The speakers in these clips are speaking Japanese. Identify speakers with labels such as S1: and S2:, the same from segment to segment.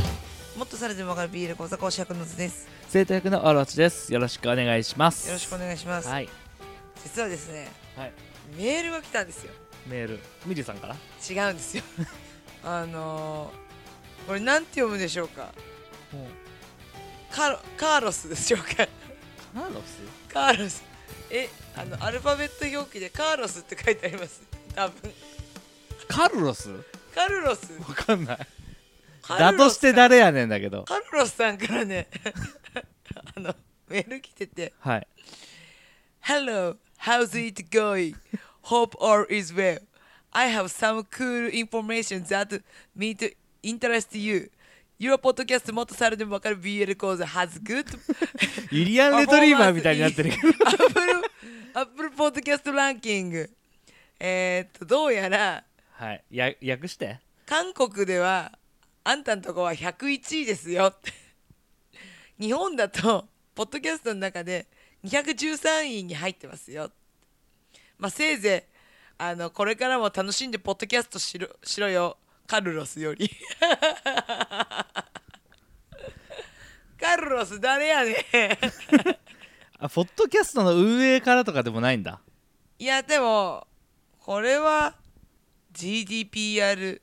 S1: ットされても分かる BL 講座講師役の図です
S2: 生徒役のオロチですよろしくお願いします
S1: よろしくお
S2: いし
S1: 願いします、
S2: はい
S1: 実はですね、
S2: はい
S1: メールが来たんですよ
S2: メールミリさんから
S1: 違うん ですよあのー、これなんて読むでしょうかカロカーロスでしょうか
S2: カーロス
S1: カーロスえあのアルファベット表記でカーロスって書いてあります多分
S2: カルロス
S1: カルロス
S2: わかんない
S1: カ
S2: だ
S1: ル
S2: と
S1: ロ
S2: し
S1: ス
S2: て誰やねんだけど
S1: カルロスさんからね あのメール来てて
S2: はい
S1: Hello, how's it going? Hope all is well. I have some cool information that may to interest you. Your podcast もっとされてもわかる BL 講座 has good
S2: イリアン・レトリーバーみたいになってるけど
S1: Apple, Apple Podcast ランキング。えー、っと、どうやら
S2: はいや訳して
S1: 韓国ではあんたんとこは101位ですよって 日本だとポッドキャストの中で213位に入ってますよまあせいぜいあのこれからも楽しんでポッドキャストしろしろよカルロスより カルロス誰やねん
S2: あポッドキャストの運営からとかでもないんだ
S1: いやでもこれは GDPR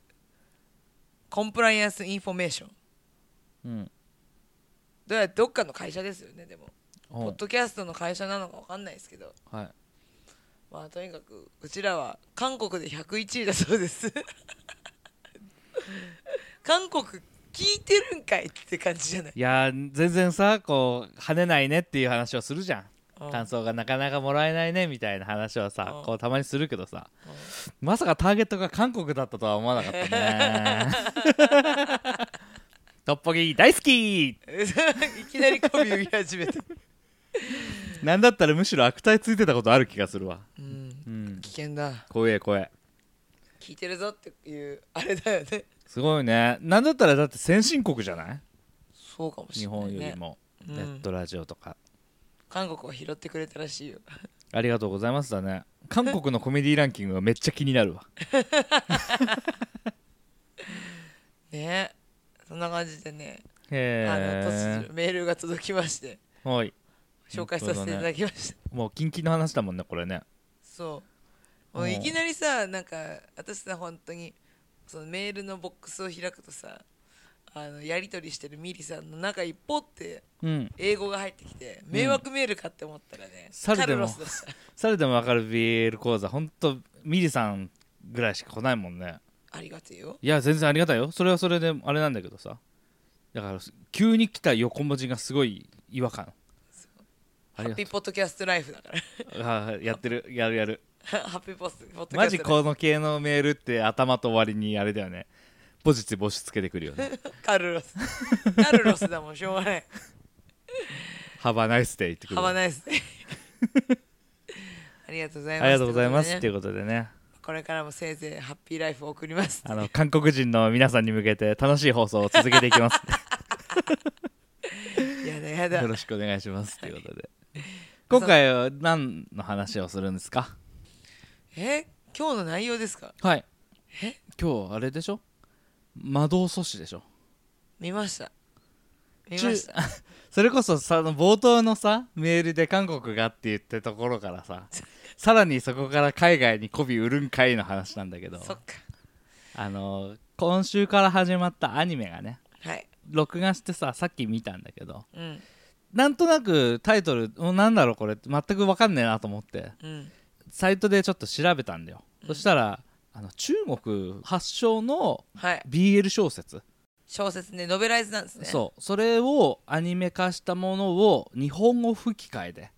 S1: コンプライアンスインフォメーション
S2: うん
S1: どうやどっかの会社ですよねでも
S2: お
S1: ポッドキャストの会社なのか分かんないですけど
S2: はい
S1: まあとにかくうちらは韓国で101位だそうです 韓国聞いてるんかいって感じじゃない
S2: いやー全然さこう跳ねないねっていう話をするじゃん
S1: うん
S2: 感想がなかなかもらえないねみたいな話をさ
S1: うん
S2: こうたまにするけどさまさかターゲットが韓国だったとは思わなか ったねトッポギ大好き
S1: うんいきなり媚び売り始めた、
S2: なんだったらむしろ悪態ついてたことある気がするわ
S1: うん、
S2: うん
S1: 危険だ
S2: 怖え怖え
S1: 聞いてるぞっていうあれだよね
S2: すごいねなんだったらだって先進国じゃない
S1: そうかもし
S2: 日
S1: れない、ね、
S2: 本よりも
S1: うん
S2: ネットラジオとか
S1: 韓国は拾ってくれたらしいよ
S2: ありがとうございますだね韓国のコメディランキングがめっちゃ気になるわ
S1: ねそんな感じでねあの
S2: へ
S1: 突如メールが届きまして
S2: えはい
S1: 紹介させていただきました
S2: もう近々の話だもんねこれね
S1: そうもう
S2: うん
S1: いきなりさなんか私さ本当にそのメールのボックスを開くとさあのやり取りしてるミリさんの中一方って
S2: うん
S1: 英語が入ってきて迷惑メールかって思ったらね、
S2: 猿
S1: カ
S2: で
S1: ルロ
S2: も
S1: スでした
S2: 猿でもわかる BL 講座ほんとミリさんぐらいしか来ないもんね
S1: ありがてえよ
S2: いや全然ありがたいよそれはそれであれなんだけどさだから急に来た横文字がすごい違和感あ
S1: ハ
S2: り
S1: ッ
S2: がと
S1: ピーポッドキャストライフだから
S2: うあーやってるやるやる
S1: ハッピーポッドポッドキャストライ
S2: マ
S1: フ
S2: ジこの系のメールって頭と終わりにあれだよねポジティブ押し付けてくるよね
S1: カルロスカルロスだもんしょうがない
S2: ハバナイスデイってくる
S1: ハバ
S2: よね
S1: ナイス ありがとうござい
S2: あ
S1: ます
S2: りがとうございますって
S1: と
S2: い
S1: いう
S2: うことで
S1: こと
S2: ね
S1: でねこれからもせいぜいハッピーライフを送ります
S2: あの韓国人の皆さんに向けて楽しい放送を続けていき ます
S1: やだやだ
S2: よろしくお願いしますということで今回は何の話をするんですか
S1: え今日の内容ですか
S2: はい
S1: え
S2: 今日あれでしょ魔導阻止でしょ
S1: 見ました見ました
S2: それこそさあの冒頭のさメールで韓国がって言ってところからささらにそこから海外に媚び売るんかいの話なんだけど
S1: そっか
S2: あの今週から始まったアニメがね
S1: はい
S2: 録画してささっき見たんだけど
S1: うん
S2: なんとなくタイトルおなんだろうこれって全く分かんねえなと思って
S1: うん
S2: サイトでちょっと調べたんだよ、そしたらあの中国発祥の
S1: はい
S2: BL 小説
S1: 小説ねノベライズなんですね
S2: そうそれをアニメ化したものを日本語吹き替えで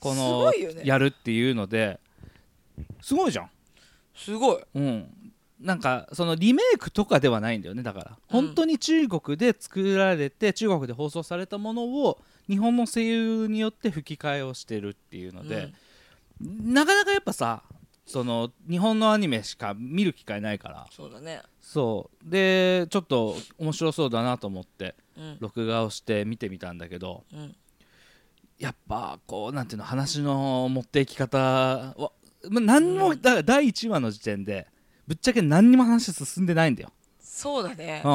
S2: こ
S1: す
S2: の
S1: ごいよね
S2: やるっていうのですごいじゃん
S1: すごい
S2: うんなんかそのリメイクとかではないんだよねだから本当に中国で作られて中国で放送されたものを日本の声優によって吹き替えをしてるっていうので、なかなかやっぱさその日本のアニメしか見る機会ないから
S1: そうだね
S2: そうでちょっと面白そうだなと思って
S1: うん
S2: 録画をして見てみたんだけど
S1: うん
S2: やっぱこうなんていうの話の持っていき方はまあ何もだから第1話の時点でぶっちゃけ何にも話進んでないんだよ。
S1: そうだね
S2: うん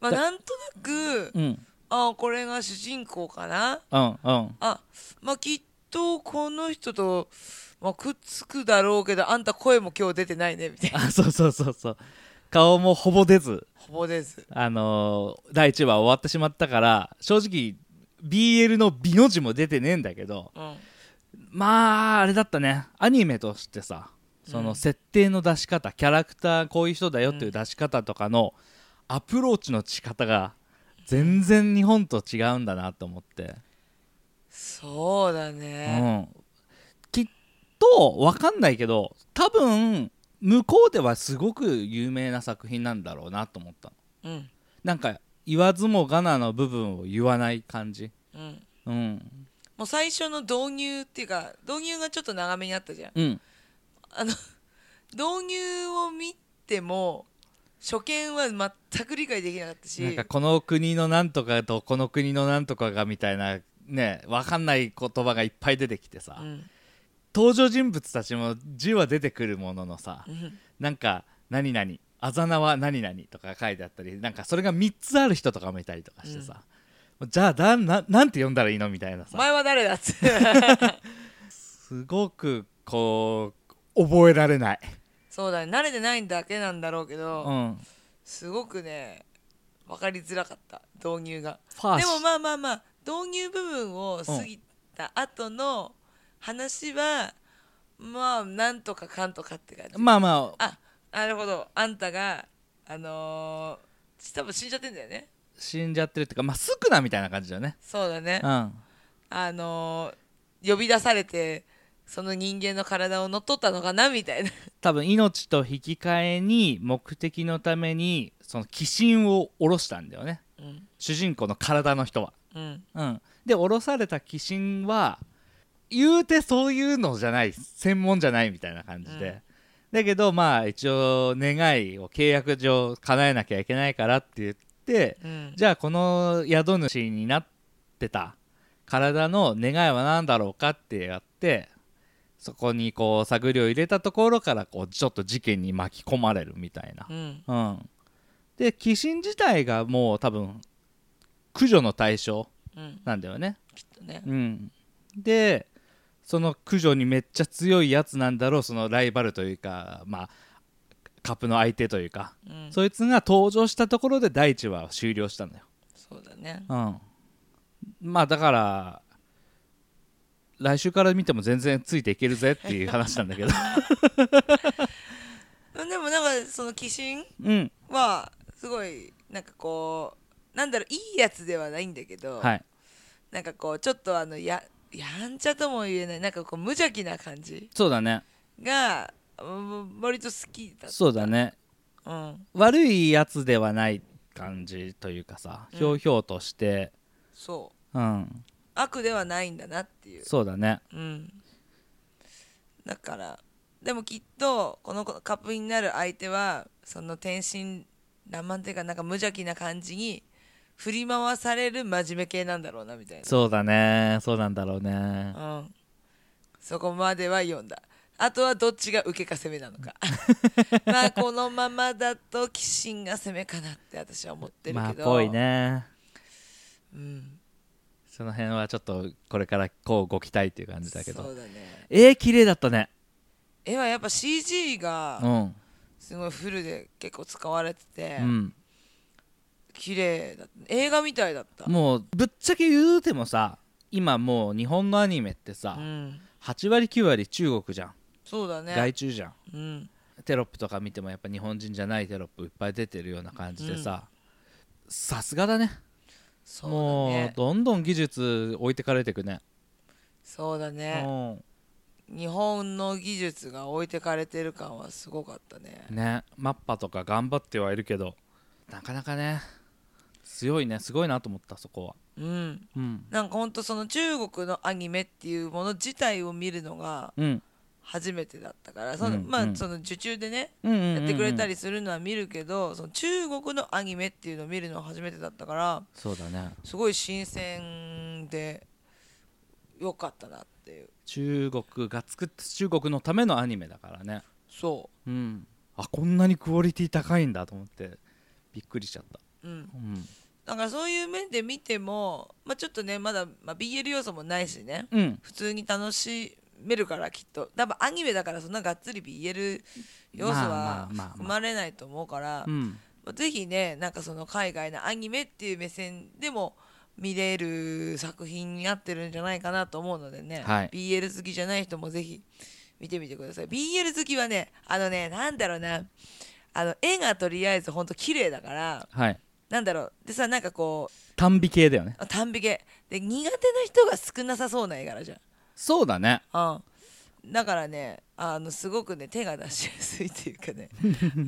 S1: まあ、なんとなく
S2: うん
S1: ああこれが主人公かな
S2: うんうん
S1: あまあきっとこの人と、まあ、くっつくだろうけどあんた声も今日出てないねみたいな
S2: あそうそうそうそう顔も ほぼ出ず
S1: ほぼです
S2: あのー第1話終わってしまったから正直 BL の美の字も出てねえんだけど
S1: うん
S2: まああれだったねアニメとしてさそうの
S1: ん
S2: 設定の出し方、キャラクターこういう人だよっていう出し方とかのアプローチの仕方が全然日本と違うんだなと思って、
S1: そうだ
S2: う
S1: ね、
S2: ん、きっと分かんないけど多分向こうではすごく有名な作品なんだろうなと思ったの
S1: うん
S2: なんか言わずもがなの部分を言わない感じ
S1: うん、
S2: うん
S1: もう最初の導入っていうか導入がちょっと長めにあったじゃん
S2: うん
S1: あの 導入を見ても初見は全く理解できなかったし
S2: なんかこの国のなんとかとこの国のなんとかがみたいなねわかんない言葉がいっぱい出てきてさ、
S1: うん
S2: 登場人物たちも字は出てくるもののさ、
S1: うん
S2: なんか何々あざなは何々とか書いてあったりなんかそれが3つある人とかもいたりとかしてさ、じゃあだななんて読んだらいいのみたいな
S1: お
S2: さ
S1: 前は誰だっつ
S2: すごくこう覚えられない、
S1: そうだね慣れてないだけなんだろうけど、
S2: うん、
S1: すごくね分かりづらかった導入が
S2: ファー
S1: で
S2: シ
S1: もまあまあまあ導入部分を過ぎた後の話は、まあなんとかかんとかって感じ
S2: まあまあ
S1: あなるほどあんたがあのー、多分死んじゃってんだよね
S2: 死んじゃってるっていうかまあスクナみたいな感じだよね
S1: そうだね
S2: うん
S1: あのー、呼び出されてその人間の体を乗っ取ったのかなみたいな
S2: 多分命と引き換えに目的のためにその寄進を下ろしたんだよね
S1: うん
S2: 主人公の体の人は、
S1: うん
S2: うん、で下ろされた寄進は言うてそういうのじゃない専門じゃないみたいな感じで、
S1: うん
S2: だけどまあ一応願いを契約上叶えなきゃいけないからって言って
S1: うん
S2: じゃあこの宿主になってた体の願いは何だろうかってやってそこにこう探りを入れたところからこうちょっと事件に巻き込まれるみたいな
S1: う、ん
S2: うん、で寄進自体がもう多分駆除の対象
S1: うん
S2: なんだよね、
S1: きっとね
S2: うん、でその駆除にめっちゃ強いやつなんだろうそのライバルというかまあカップの相手というか、
S1: うん
S2: そいつが登場したところで第1話は終了したんだよ
S1: そうだね
S2: うん、まあだから来週から見ても全然ついていけるぜっていう話なん だけど
S1: でもなんかその寄進
S2: うん
S1: はすごいなんかこうなんだろういいやつではないんだけど、
S2: はい
S1: なんかこうちょっとあのややんちゃとも言えないなんかこう無邪気な感じ
S2: そうだね
S1: がうん割と好きだ
S2: そうだね
S1: うん
S2: 悪いやつではない感じというかさ
S1: うん
S2: ひょうひょうとして
S1: そう
S2: うん
S1: 悪ではないんだなっていう
S2: そうだね
S1: うんだからでもきっとこのカップになる相手はその天真爛漫っていうかなんか無邪気な感じに振り回される真面目系なんだろうなみたいな
S2: そうだねそうなんだろうね
S1: うん、そこまでは読んだあとはどっちが受けか攻めなの かまあこのままだと寄進が攻めかなって私は思ってる
S2: まあ
S1: けど、
S2: ぽいね
S1: うん、
S2: その辺はちょっとこれからこうご期待っていう感じだけ
S1: そ
S2: ど
S1: うだね
S2: えー、綺麗だったね
S1: 絵はやっぱ CG
S2: う
S1: が
S2: ん
S1: すごいフルで結構使われてて、
S2: うん
S1: 綺麗だった映画みたいだった
S2: もうぶっちゃけ言うてもさ今もう日本のアニメってさ、
S1: うん、
S2: 8割9割中国じゃん、
S1: そうだね
S2: 外注じゃん
S1: うん
S2: テロップとか見てもやっぱ日本人じゃないテロップいっぱい出てるような感じでささすがだね
S1: そうだ
S2: もう
S1: ね
S2: どんどん技術置いてかれてくね
S1: そうだね日本の技術が置いてかれてる感はすごかったね
S2: うんねマッパとか頑張ってはいるけどなかなかね強いねすごいなと思ったそこは
S1: うん
S2: うん
S1: なんかほんとその中国のアニメっていうもの自体を見るのが
S2: うん
S1: 初めてだったからその、
S2: うん
S1: まあ
S2: うん
S1: その受注でね
S2: うんうんうんうん
S1: やってくれたりするのは見るけど、その中国のアニメっていうのを見るのは初めてだったから
S2: そうだね
S1: すごい新鮮でよかったなっていう
S2: 中国が作った中国のためのアニメだからね
S1: そ
S2: うんあこんなにクオリティ高いんだと思ってびっくりしちゃった
S1: うん、
S2: うん
S1: だからそういう面で見ても、まあ、ちょっとねまだ、まあ、BL 要素もないしね
S2: うん
S1: 普通に楽しめるからきっと多分アニメだからそんながっつり BL 要素は
S2: まあまあまあまあ
S1: 含まれないと思うから
S2: うん
S1: まあぜひねなんかその海外のアニメっていう目線でも見れる作品になってるんじゃないかなと思うのでね、
S2: はい
S1: BL 好きじゃない人もぜひ見てみてください BL 好きはねあのねなんだろうなあの絵がとりあえずほんと綺麗だから
S2: はい
S1: なんだろうでさなんかこう
S2: 短美系だよね
S1: あ短美系で苦手な人が少なさそうな絵柄じ
S2: そうだね
S1: ゃん、うん、だからねあのすごくね手が出しやすいっていう かね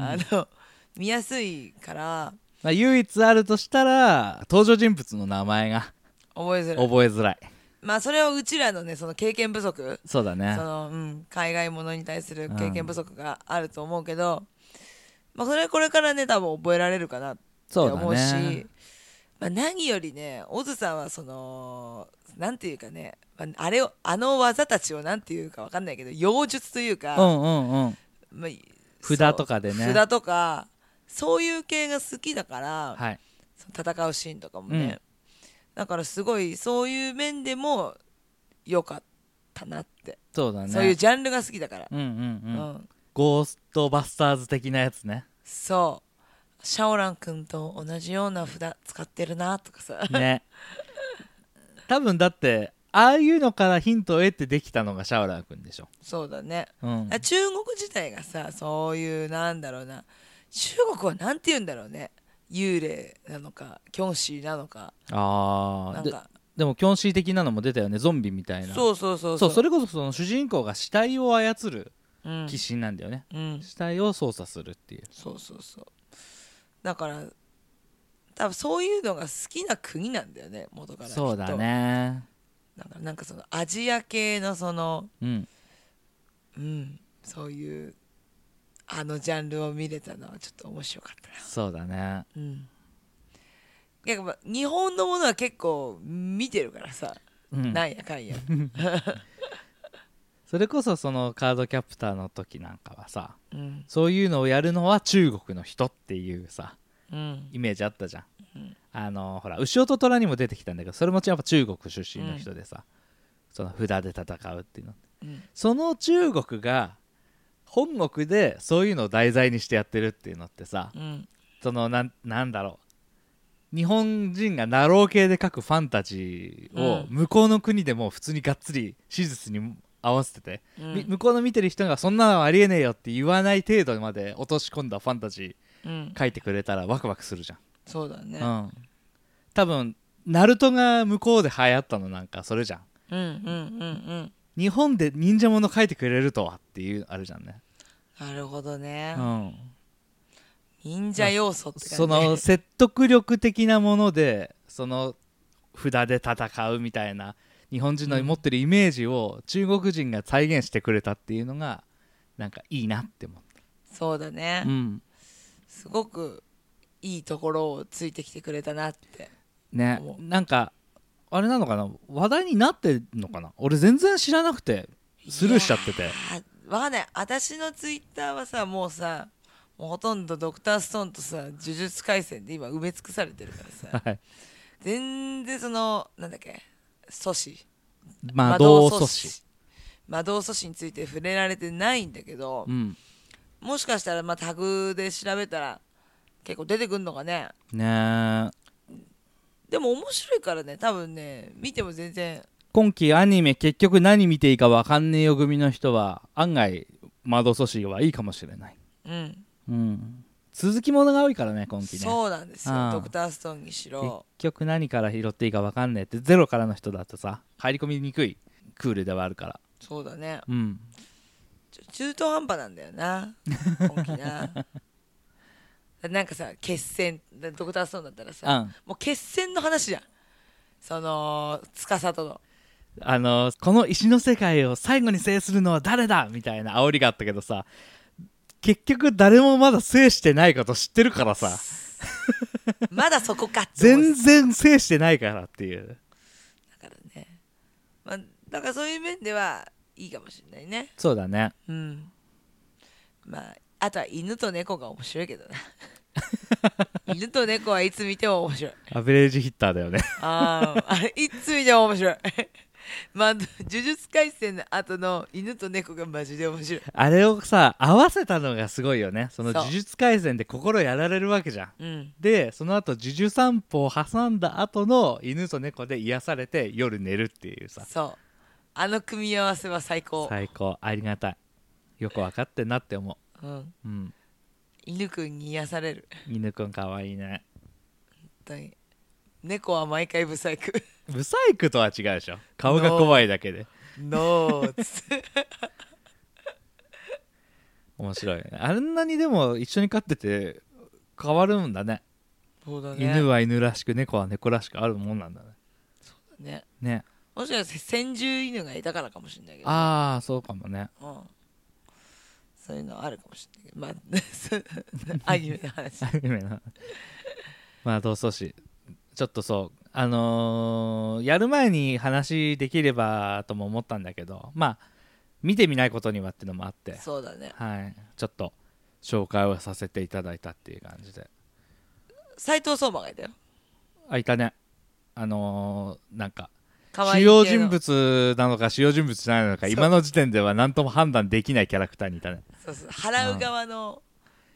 S1: あの見やすいから
S2: まあ唯一あるとしたら登場人物の名前が
S1: 覚えづらい
S2: 覚えづらい
S1: まあそれはうちらのねその経験不足
S2: そうだね
S1: その、うん、海外ものに対する経験不足があると思うけど、まあ、それはこれからね多分覚えられるかなって
S2: そう
S1: 思うし
S2: だね
S1: まあ、何よりねオズさんはそのなんていうかねまああれをあの技たちをなんていうかわかんないけど妖術というか、
S2: うんうんうん
S1: まあ
S2: 札
S1: そう
S2: とかでね
S1: 札とかそういう系が好きだから、
S2: はい
S1: その戦うシーンとかもね、だからすごいそういう面でも良かったなって、
S2: そうだね
S1: そういうジャンルが好きだから、
S2: うんう
S1: うんん
S2: うんゴーストバスターズ的なやつ ね
S1: そうシャオラン君と同じような札使ってるなとかさ、
S2: ね多分だってああいうのからヒントを得てできたのがシャオラー君でしょ、
S1: そうだね
S2: うん
S1: あ、中国自体がさそういうなんだろうな中国はなんて言うんだろうね幽霊なのかキョンシーなのか
S2: あ
S1: な
S2: ー
S1: ん
S2: で
S1: か
S2: でもキョンシー的なのも出たよねゾンビみたいな
S1: そうそうそう
S2: そうそれこそその主人公が死体を操る
S1: うん
S2: 鬼神なんだよね、
S1: うん
S2: 死体を操作するっていう
S1: そうそうそうだから多分そういうのが好きな国なんだよね元から
S2: そうだね
S1: だからなんかそのアジア系のその
S2: うん
S1: うんそういうあのジャンルを見れたのはちょっと面白かったな
S2: そうだね
S1: うんやっぱ日本のものは結構見てるからさ、
S2: うん
S1: なんやかん や
S2: それこそそのカードキャプターの時なんかはさ
S1: うん
S2: そういうのをやるのは中国の人っていうさ
S1: うん
S2: イメージあったじゃん、
S1: うん
S2: あのほら牛音虎にも出てきたんだけどそれもやっぱ中国出身の人でさ、その札で戦うっていうの
S1: うん
S2: その中国が本国でそういうのを題材にしてやってるっていうのってさ、
S1: うん
S2: そのなんなんだろう日本人がナロー系で書くファンタジーを
S1: うん
S2: 向こうの国でも普通にがっつり史実に合わせてて、
S1: うん
S2: み向こうの見てる人がそんなのありえねえよって言わない程度まで落とし込んだファンタジ
S1: うん
S2: ー書いてくれたらワクワクするじゃん、
S1: そうだね
S2: うん、多分ナルトが向こうで流行ったのなんかそれじゃん
S1: うんうんうん
S2: 日本で忍者もの書いてくれるとはっていうあるじゃんね、
S1: うんなるほどね、
S2: うん、
S1: 忍者要素って感じ
S2: その説得力的なものでその札で戦うみたいな日本人の持ってるイメージを中国人が再現してくれたっていうのがなんかいいなって思っ
S1: そうだね、
S2: た、うん、
S1: すごくいいところをついてきてくれたなって
S2: ね
S1: 思う
S2: なんかあれなのかな話題になってんのかな俺全然知らなくてスルーしちゃってて
S1: あわかんない私のツイッターはさもうさもうほとんどドクターストーンとさ呪術廻戦で今埋め尽くされてるからさ
S2: はい
S1: 全然そのなんだっけ阻止
S2: 魔導阻止
S1: 魔導阻止について触れられてないんだけど、
S2: うん
S1: もしかしたらまあタグで調べたら結構出てくんのかね
S2: ねえ
S1: でも面白いからね多分ね見ても全然
S2: 今期アニメ結局何見ていいかわかんねえよ組の人は案外魔導阻止はいいかもしれない
S1: うん
S2: うん、続きものが多いからね今期ね
S1: そうなんです
S2: う
S1: よ
S2: ん
S1: ドクターストーンにし
S2: 結
S1: ろ
S2: 局何から拾っていいか分かんねえってゼロからの人だとさ入り込みにくいクールではあるから
S1: そうだね
S2: うん
S1: ちょ中途半端なんだよ な今期ななんかさ決戦だドクターストーンだったら
S2: う
S1: さ、
S2: ん
S1: もう決戦の話じゃんその司との
S2: あのこの石の世界を最後に制するのは誰だみたいな煽りがあったけどさ結局誰もまだ制してないこと知ってるからさ
S1: まだそこかって思う
S2: 全然制してないからっていう
S1: だからね、まあ、だからそういう面ではいいかもしれないね
S2: そうだね
S1: うんまああとは犬と猫が面白いけどな 犬と猫はいつ見ても面白い。
S2: アベレージヒッターだよね
S1: あーあれ、いつ見ても面白い。 まあ、あの呪術廻戦の後の犬と猫がマジで面白い。
S2: あれをさ合わせたのがすごいよねその
S1: そう
S2: 呪術廻戦で心やられるわけじゃん
S1: うん。
S2: でその後呪術散歩を挟んだ後の犬と猫で癒されて夜寝るっていうさ
S1: そう。あの組み合わせは最高。
S2: 最高ありがたいよく分かってんなって思
S1: うん。
S2: ううん
S1: 犬くんに癒される。
S2: 犬くんかわいいね
S1: 本当に。猫は毎回ブサイク。
S2: ブサイクとは違うでしょ顔が怖いだけで
S1: ノーツ。
S2: 面白いねあんなにでも一緒に飼ってて変わるんだね
S1: そうだね。
S2: 犬は犬らしく猫は猫らしくあるもんなんだね
S1: ね。
S2: ね
S1: もしかして先住犬がいたからかもしれないけど。
S2: ああそうかもね
S1: うん。そういうのあるかもしれないけど。まあ、 そうアニメの話。
S2: アニメの まあ同窓誌ちょっとそうあのーやる前に話できればとも思ったんだけどまあ見てみないことにはってのもあって
S1: そうだね。
S2: はいちょっと紹介をさせていただいたっていう感じで
S1: 斉藤相馬がいたよ。
S2: あいたねあのーなんか
S1: 可愛
S2: 主
S1: い
S2: 要
S1: 系の
S2: 人物なのか主要人物じゃないのか
S1: そう
S2: 今の時点では何とも判断できないキャラクターにいたね
S1: そうそう払う側の、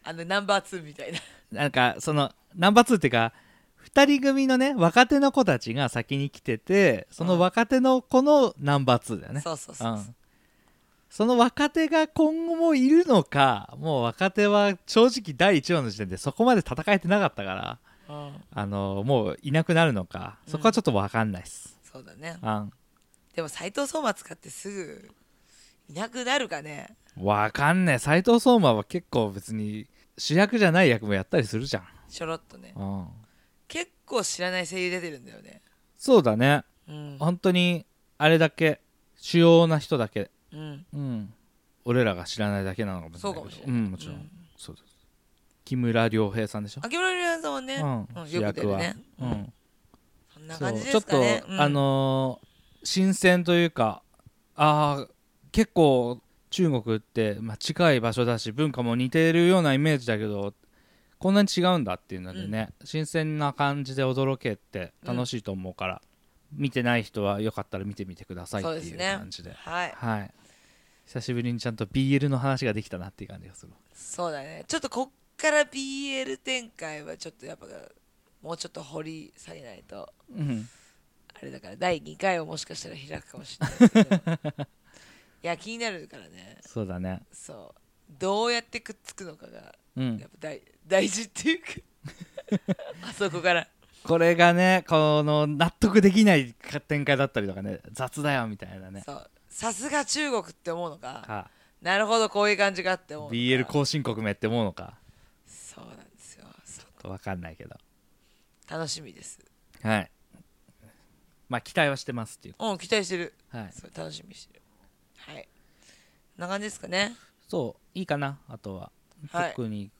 S1: あのナンバー2みたいな
S2: なんかそのナンバー2っていうか2人組のね若手の子たちが先に来ててその若手の子のナンバー2だよね
S1: そうそうそうそう、
S2: んその若手が今後もいるのかもう若手は正直第1話の時点でそこまで戦えてなかったから
S1: うん
S2: あのもういなくなるのかそこはちょっと分かんないっす、
S1: そうだね
S2: うん
S1: でも斉藤相馬使ってすぐいなくなるかね
S2: わかんねえ斎藤壮馬は結構別に主役じゃない役もやったりするじゃん、
S1: ちょろっとね
S2: うん、
S1: 結構知らない声優出てるんだよね
S2: そうだね
S1: うん、
S2: 本当にあれだけ主要な人だけ
S1: うん、
S2: うん俺らが知らないだけなのかもしれないけど
S1: そうかもしれない
S2: うんもちろん、そうです木村良平さんでしょ
S1: 秋村竜也さんはね、
S2: う
S1: うん
S2: ん、主
S1: よく出
S2: 役
S1: る
S2: は、
S1: ね
S2: うん、
S1: そんな
S2: そう
S1: 感じで
S2: ちょっ
S1: すか
S2: と、
S1: ねうん
S2: あのー新鮮というかあー結構中国って、まあ、近い場所だし文化も似てるようなイメージだけどこんなに違うんだっていうのでね、新鮮な感じで驚けて楽しいと思うから、見てない人はよかったら見てみてくださいっ
S1: そう
S2: て
S1: です
S2: いう
S1: ね
S2: 感じで
S1: はい
S2: はい久しぶりにちゃんと BL の話ができたなっていう感じがする
S1: そうだねちょっとこっから BL 展開はちょっとやっぱもうちょっと掘り下げないと
S2: うん
S1: あれだから第2回をもしかしたら開くかもしれないけど いや気になるからね
S2: そうだね
S1: そうどうやってくっつくのかが
S2: うん
S1: やっぱ大大事って いうかあそこから
S2: これがねこの納得できない展開だったりとかね雑だよみたいなね
S1: そうさすが中国って思うのか
S2: か
S1: なるほどこういう感じかって思うのか
S2: BL 後進国名って思うのか
S1: そうなんですよそう
S2: 分かんないけど
S1: 楽しみです
S2: はいまあ期待はしてますっていう
S1: うん期待してる
S2: はい
S1: そう楽しみにしてるはいこんな感じですかね
S2: そういいかなあとは、
S1: はい
S2: 特に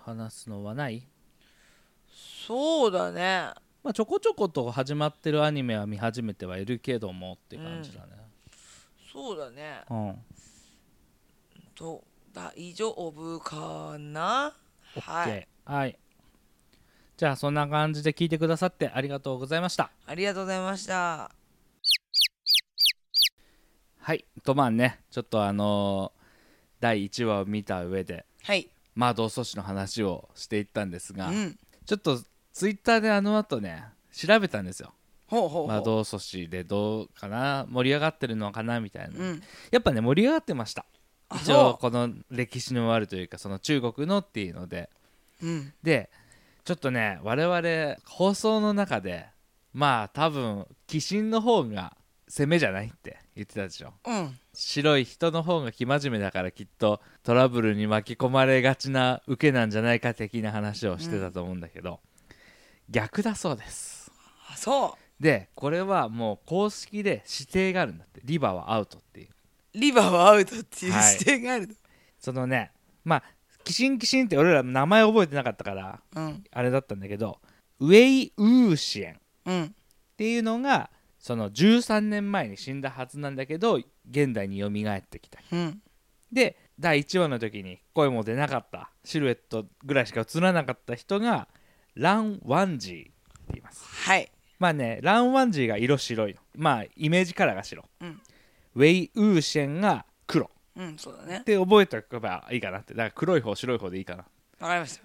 S2: 話すのはない
S1: そうだね
S2: まあちょこちょこと始まってるアニメは見始めてはいるけどもっていう感じだね
S1: そうだね
S2: うん、
S1: と大丈夫かなは
S2: OK
S1: い
S2: はいじゃあそんな感じで聞いてくださってありがとうございました
S1: ありがとうございました
S2: はいとまあねちょっとあのー第1話を見た上で
S1: はい
S2: まあ同窓誌の話をしていったんです
S1: う
S2: が、
S1: ん
S2: ちょっとツイッターであの後ね調べたんですよ
S1: ほうほうほう、
S2: まあ同窓誌でどうかな盛り上がってるのかなみたいな、
S1: うん
S2: やっぱね盛り上がってました
S1: あ
S2: 一
S1: そ
S2: 応
S1: う
S2: この歴史のあるというかその中国のっていうので
S1: うん
S2: でちょっとね我々放送の中でまあ多分鬼神の方が攻めじゃないって言ってたでしょ
S1: うん
S2: 白い人の方が生真面目だからきっとトラブルに巻き込まれがちな受けなんじゃないか的な話をしてたと思うんだけど、逆だそうです
S1: あそ
S2: でこれはもう公式で指定があるんだってリバはアウトっていう
S1: うリバーはアウトっていう
S2: はい
S1: 視点がある
S2: そのねまあキシンキシンって俺ら名前覚えてなかったから
S1: の、うん
S2: あれだったんだけどウェイ・ウーシエンっ
S1: うん
S2: ていうのがその13年前に死んだはずなんだけど現代に蘇ってきた
S1: うん
S2: で第1話の時に声も出なかったシルエットぐらいしか映らなかった人がラン・ワンジーって言います
S1: はい
S2: まあねラン・ワンジーが色白いのまあイメージカラーが白
S1: うん
S2: ウェイ・ウーシェンが黒
S1: うんそうだね
S2: って覚えておけばいいかなってだから黒い方白い方でいいかな
S1: わかりました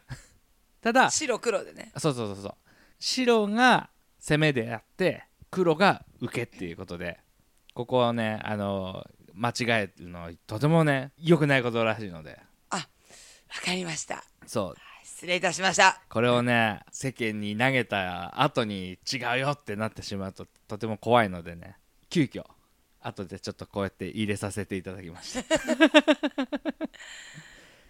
S2: ただ
S1: 白黒でね
S2: そうそうそうそう白が攻めであって黒が受けっていうことでここはねあの間違えるのはとてもね良くないことらしいので
S1: わかりました
S2: そう
S1: 失礼いたしました
S2: これをね世間に投げた後に違うよってなってしまうととても怖いのでね急遽後でちょっとこうやって入れさせていただきました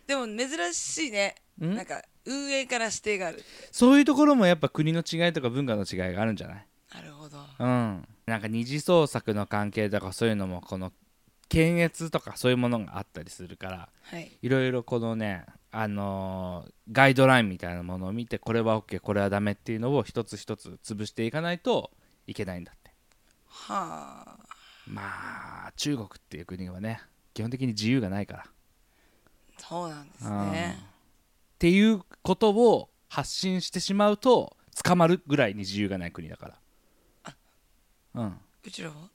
S1: でも珍しいね
S2: ん
S1: なんか運営から指定がある
S2: そういうところもやっぱ国の違いとか文化の違いがあるんじゃない
S1: なるほど
S2: うん、なんか二次創作の関係とかそういうのもこの検閲とかそういうものがあったりするから
S1: はい
S2: いろいろこのね、あのーガイドラインみたいなものを見てこれは OK これはダメっていうのを一つ一つ潰していかないといけないんだって
S1: はあ
S2: まあ中国っていう国はね基本的に自由がないからっ
S1: そうなんですね
S2: ていうことを発信してしまうと捕まるぐらいに自由がない国だからうん
S1: うちらは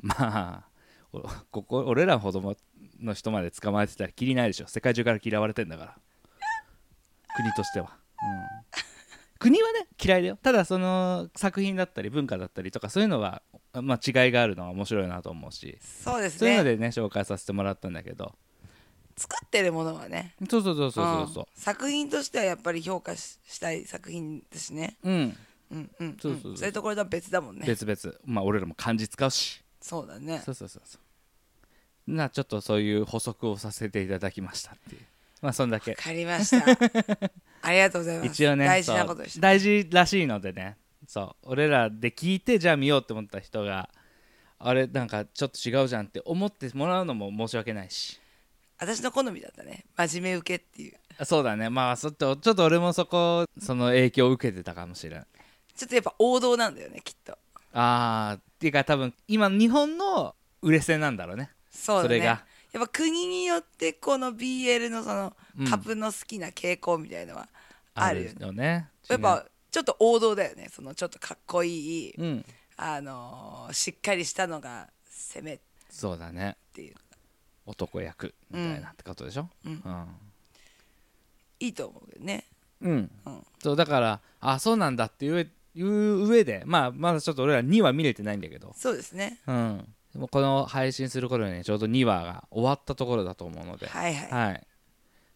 S2: まあおここ俺らほどもの人まで捕まえてたらきりないでしょ世界中から嫌われてんだから国としては、うん、国はね嫌いだよただその作品だったり文化だったりとかそういうのは、まあ、違いがあるのは面白いなと思うし
S1: そうです
S2: そういうの
S1: ね
S2: でね紹介させてもらったんだけど
S1: 作ってるものはね
S2: そうそうそうそうそうそう
S1: うん作品としてはやっぱり評価ししたい作品だしね
S2: うん
S1: うんうんん
S2: そうそうそう
S1: そういうところとは別だもんね
S2: 別々まあ俺らも漢字使うし
S1: そうだね
S2: そうそうそうそうなちょっとそういう補足をさせていただきましたっていうまあそんだけ
S1: わかりま したありがとうございます
S2: 一応ね
S1: 大事なことでし
S2: そう
S1: た
S2: 大事らしいのでねそう俺らで聞いてじゃあ見ようって思った人があれなんかちょっと違うじゃんって思ってもらうのも申し訳ないし
S1: 私の好みだったね真面目受けっていう
S2: あそうだねまあそっとちょっと俺もそこその影響を受けてたかもしれない
S1: ちょっとやっぱ王道なんだよねきっと
S2: あーっていうか多分今日本の売れ線なんだろうね
S1: そうだ
S2: それ
S1: ね
S2: が
S1: やっぱ国によってこの BL のその
S2: うん
S1: 株の好きな傾向みたいのはあるよね、
S2: よね
S1: やっぱちょっと王道だよねそのちょっとかっこいい、
S2: うん
S1: あのーしっかりしたのが攻めっ
S2: そうだね
S1: ていう
S2: 男役みたいなってことでしょ
S1: うん
S2: うん
S1: いいと思うけどね
S2: うん
S1: うん
S2: そうだからあそうなんだっていういう上でまあまだちょっと俺ら2話見れてないんだけど
S1: そうですね
S2: うんでもこの配信する頃にねちょうど2話が終わったところだと思うので
S1: はいはいはい、
S2: はい、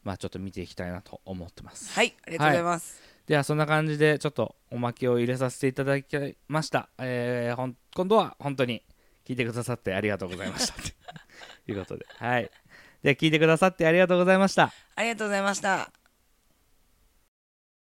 S2: まあちょっと見ていきたいなと思ってます
S1: ありがとうございます、
S2: ではそんな感じでちょっとおまけを入れさせていただきました、えーほん今度は本当に聞いてくださってありがとうございましたということではいでは聞いてくださってありがとうございました
S1: ありがとうございました